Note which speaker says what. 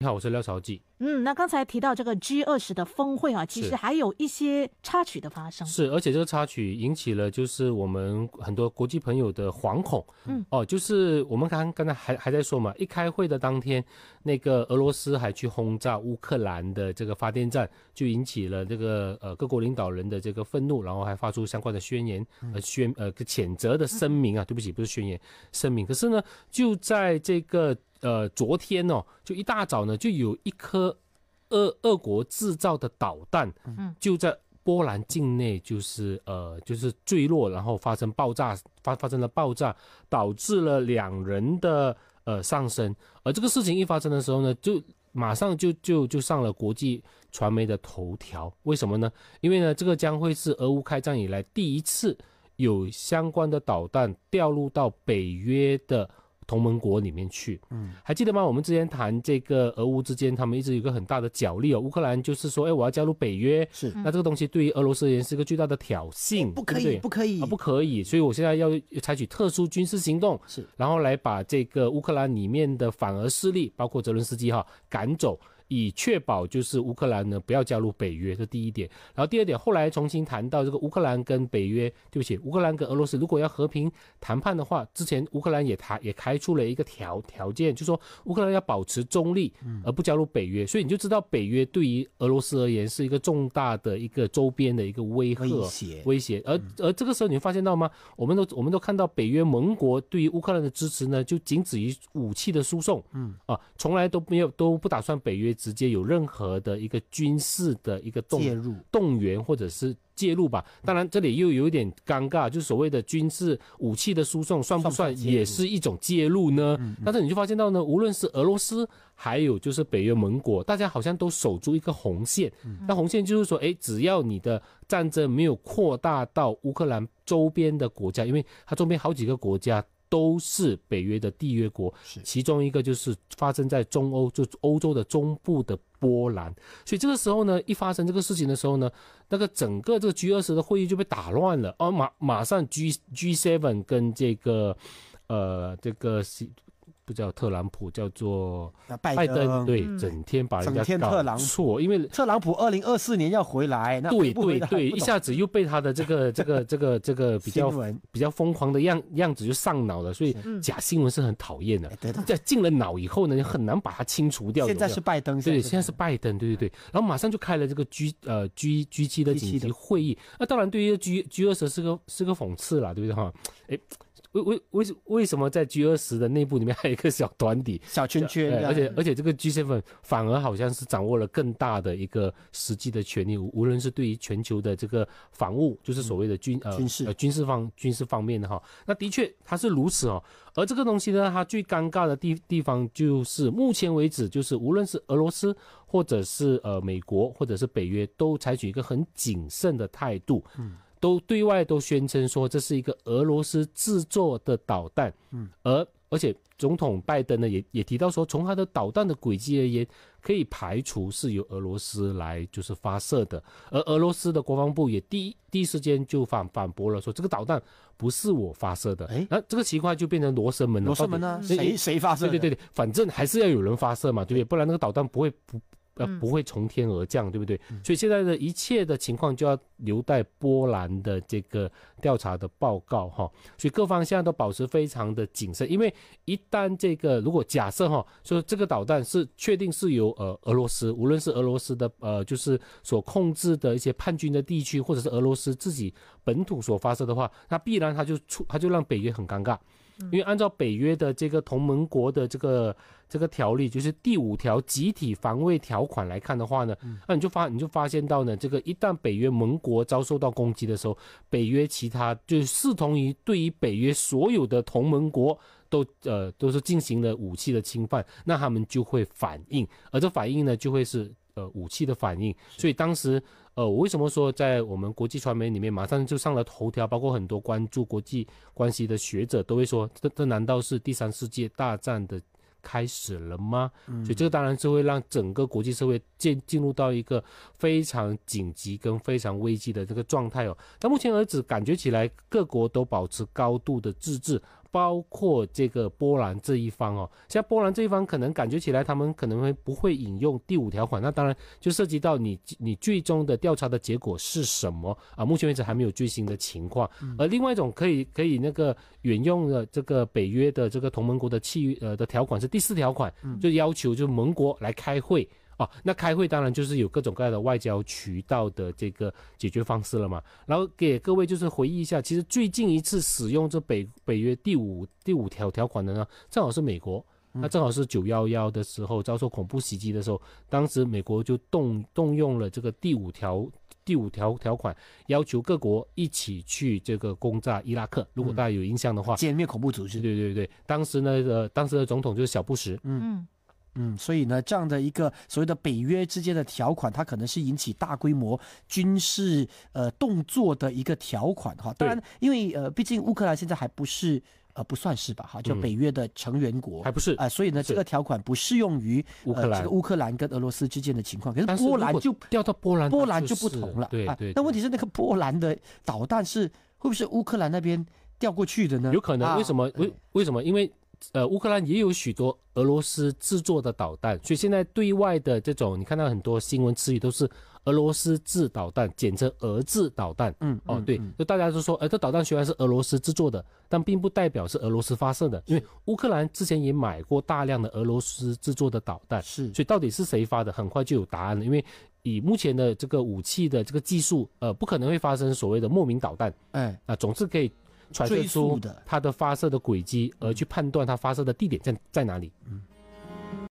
Speaker 1: 你好，我是廖朝记。
Speaker 2: 嗯，那刚才提到这个 G 二十的峰会啊，其
Speaker 1: 是
Speaker 2: 实还有一些插曲的发生。
Speaker 1: 是，而且这个插曲引起了就是我们很多国际朋友的惶恐。
Speaker 2: 嗯，
Speaker 1: 哦，就是我们刚刚才还还在说嘛，一开会的当天，那个俄罗斯还去轰炸乌克兰的这个发电站，就引起了这个呃各国领导人的这个愤怒，然后还发出相关的宣言
Speaker 2: 嗯
Speaker 1: 呃宣呃谴责的声明啊，对不起，不是宣言声明。可是呢，就在这个呃昨天哦，就一大早呢，就有一颗俄俄国制造的导弹，
Speaker 2: 嗯
Speaker 1: 就在波兰境内，就是呃，就是坠落，然后发生爆炸，发发生了爆炸，导致了两人的呃丧生。而这个事情一发生的时候呢，就马上就就就上了国际传媒的头条。为什么呢？因为呢，这个将会是俄乌开战以来第一次有相关的导弹掉入到北约的同盟国里面去。嗯，还记得吗？我们之前谈这个俄乌之间，他们一直有一个很大的角力哦。乌克兰就是说，哎，我要加入北约，
Speaker 3: 是
Speaker 1: 那这个东西对于俄罗斯人是个巨大的挑衅，
Speaker 3: 哦不可
Speaker 1: 嗯对
Speaker 3: 以，
Speaker 1: 不
Speaker 3: 不可以
Speaker 1: 对啊，不可以。所以我现在要采取特殊军事行动，
Speaker 3: 是
Speaker 1: 然后来把这个乌克兰里面的反俄势力，包括泽伦斯基哈赶走，以确保就是乌克兰呢不要加入北约，这第一点。然后第二点，后来重新谈到这个乌克兰跟北约，对不起，乌克兰跟俄罗斯如果要和平谈判的话，之前乌克兰也谈也开出了一个条条件，就说乌克兰要保持中立，而不加入北约。所以你就知道北约对于俄罗斯而言是一个重大的一个周边的一个威吓。
Speaker 3: 威胁，
Speaker 1: 威胁。
Speaker 3: 嗯
Speaker 1: 而而这个时候，你会发现到吗？我们都我们都看到北约盟国对于乌克兰的支持呢，就仅止于武器的输送，嗯啊，从来都没有都不打算北约直接有任何的一个军事的一个动
Speaker 3: 介入
Speaker 1: 动员或者是。介入吧，当然这里又有一点尴尬，就是所谓的军事武器的输送算不
Speaker 3: 算
Speaker 1: 算
Speaker 3: 不算介入嗯
Speaker 1: 也是一种介入呢？但是你就发现到呢，无论是俄罗斯还有就是北约盟国，大家好像都守住一个红线。
Speaker 3: 嗯
Speaker 1: 那红线就是说，哎，只要你的战争没有扩大到乌克兰周边的国家，因为它周边好几个国家都是北约的缔约国，
Speaker 3: 是
Speaker 1: 其中一个就是发生在中欧，就欧洲的中部的波兰。所以这个时候呢，一发生这个事情的时候呢，那个整个这个 G 二十的会议就被打乱了，哦，马马上 G G seven 跟这个呃这个西不叫特朗普，叫做
Speaker 3: 啊拜
Speaker 1: 拜登，
Speaker 3: 登，
Speaker 1: 对，
Speaker 2: 嗯
Speaker 1: 整天把人家
Speaker 3: 整天
Speaker 1: 搞
Speaker 3: 特朗普
Speaker 1: 错，因为
Speaker 3: 特朗普二零二四年要回来，那
Speaker 1: 对
Speaker 3: 回不回
Speaker 1: 对
Speaker 3: 来
Speaker 1: 对，
Speaker 3: 不
Speaker 1: 一
Speaker 3: 懂
Speaker 1: 下子又被他的这 个这个这个这个比较
Speaker 3: 新闻
Speaker 1: 比较疯狂的样样子就上脑了，所以
Speaker 2: 嗯
Speaker 1: 假新闻是很讨厌的
Speaker 3: 哎。对的，
Speaker 1: 在进了脑以后呢，你很难把它清除掉。
Speaker 3: 现在
Speaker 1: 有没有
Speaker 3: 是拜登，
Speaker 1: 对，现在是拜登，对对对，然后马上就开了这个 G 呃 G G 七的
Speaker 3: G7
Speaker 1: 紧急
Speaker 3: 的
Speaker 1: 会议。那当然，对于 G G 二十是个是个讽刺啦，对不对哈？哎，为为为什为什么在 G 二十的内部里面还有一个小团体？
Speaker 3: 小圈圈
Speaker 1: 对，
Speaker 3: 这样，
Speaker 1: 而且而且这个 G seven 反而好像是掌握了更大的一个实际的权利，无无论是对于全球的这个防务，就是所谓的军呃
Speaker 3: 军事
Speaker 1: 呃军事方军事方面的哈，那的确它是如此哦。而这个东西呢，它最尴尬的地地方就是目前为止，就是无论是俄罗斯或者是呃美国或者是北约，都采取一个很谨慎的态度，嗯。都对外都宣称说这是一个俄罗斯制作的导弹，而而且总统拜登呢也也提到说，从他的导弹的轨迹而言，可以排除是由俄罗斯来就是发射的。而俄罗斯的国防部也第一第一时间就反反驳了，说这个导弹不是我发射的。
Speaker 3: 哎
Speaker 1: 那这个情况就变成罗生门了。
Speaker 3: 罗生门呢？
Speaker 1: 到底
Speaker 3: 谁谁发射
Speaker 1: 对
Speaker 3: 的？
Speaker 1: 对对对，反正还是要有人发射嘛，对不对？不然那个导弹不会不呃
Speaker 2: 嗯
Speaker 1: 不会从天而降，对不对？所以现在的一切的情况就要留待波兰的这个调查的报告哈。所以各方现在都保持非常的谨慎，因为一旦这个如果假设哈，说这个导弹是确定是由呃俄罗斯，无论是俄罗斯的呃就是所控制的一些叛军的地区，或者是俄罗斯自己本土所发射的话，那必然它就出它就让北约很尴尬。因为按照北约的这个同盟国的这个这个条例，就是第五条集体防卫条款来看的话呢，那你就发你就发现到呢，这个一旦北约盟国遭受到攻击的时候，北约其他就是视同于对于北约所有的同盟国都呃都是进行了武器的侵犯，那他们就会反应，而这反应呢就会是呃武器的反应。所以当时呃我为什么说在我们国际传媒里面马上就上了头条，包括很多关注国际关系的学者都会说，这这难道是第三世界大战的开始了吗？所以这个当然是会让整个国际社会进进入到一个非常紧急跟非常危机的这个状态哦。到目前为止，感觉起来各国都保持高度的自治，包括这个波兰这一方哦，像波兰这一方可能感觉起来，他们可能会不会引用第五条款？那当然就涉及到你你最终的调查的结果是什么啊？目前为止还没有最新的情况。而另外一种可以可以那个引用的这个北约的这个同盟国的契约呃的条款是第四条款，就要求就盟国来开会。哦，那开会当然就是有各种各样的外交渠道的这个解决方式了嘛。然后给各位就是回忆一下，其实最近一次使用这北北约第五第五条条款的呢，正好是美国。那正好是九幺幺的时候遭受恐怖袭击的时候，当时美国就动动用了这个第五条第五条条款，要求各国一起去这个攻炸伊拉克。如果大家有印象的话，
Speaker 3: 歼灭恐怖组织。
Speaker 1: 对对对，当时呢，呃，当时的总统就是小布什。
Speaker 2: 嗯，
Speaker 3: 嗯，所以呢，这样的一个所谓的北约之间的条款，它可能是引起大规模军事呃动作的一个条款哈。当然，因为呃，毕竟乌克兰现在还不是呃不算是吧哈，就
Speaker 1: 嗯
Speaker 3: 北约的成员国
Speaker 1: 还
Speaker 3: 啊、
Speaker 1: 不是
Speaker 3: 所以呢，
Speaker 1: 是
Speaker 3: 这个条款不适用于
Speaker 1: 乌克
Speaker 3: 呃
Speaker 1: 兰
Speaker 3: 这个乌克兰跟俄罗斯之间的情况。可是
Speaker 1: 但是
Speaker 3: 波兰
Speaker 1: 如果
Speaker 3: 就
Speaker 1: 调到波兰，
Speaker 3: 波
Speaker 1: 它
Speaker 3: 兰就是不同了，
Speaker 1: 对
Speaker 3: 啊
Speaker 1: 对，
Speaker 3: 但问题是那个波兰的导弹是会不会是乌克兰那边调过去的呢？
Speaker 1: 有可能
Speaker 3: 啊
Speaker 1: 为什么？为为什么？因为呃，乌克兰也有许多俄罗斯制作的导弹，所以现在对外的这种，你看到很多新闻词语都是俄罗斯制导弹，简称俄制导弹。
Speaker 3: 嗯
Speaker 1: 哦
Speaker 3: 嗯，
Speaker 1: 对
Speaker 3: 嗯，
Speaker 1: 就大家都说，呃，这导弹虽然是俄罗斯制作的，但并不代表是俄罗斯发射的，因为乌克兰之前也买过大量的俄罗斯制作的导弹，
Speaker 3: 嗯是
Speaker 1: 所以到底是谁发的，很快就有答案了，因为。以目前的这个武器的这个技术，呃，不可能会发生所谓的莫名导弹，
Speaker 3: 哎
Speaker 1: 啊，总是可以揣测
Speaker 3: 追溯
Speaker 1: 出
Speaker 3: 的
Speaker 1: 它的发射的轨迹，而去判断它发射的地点在在哪里。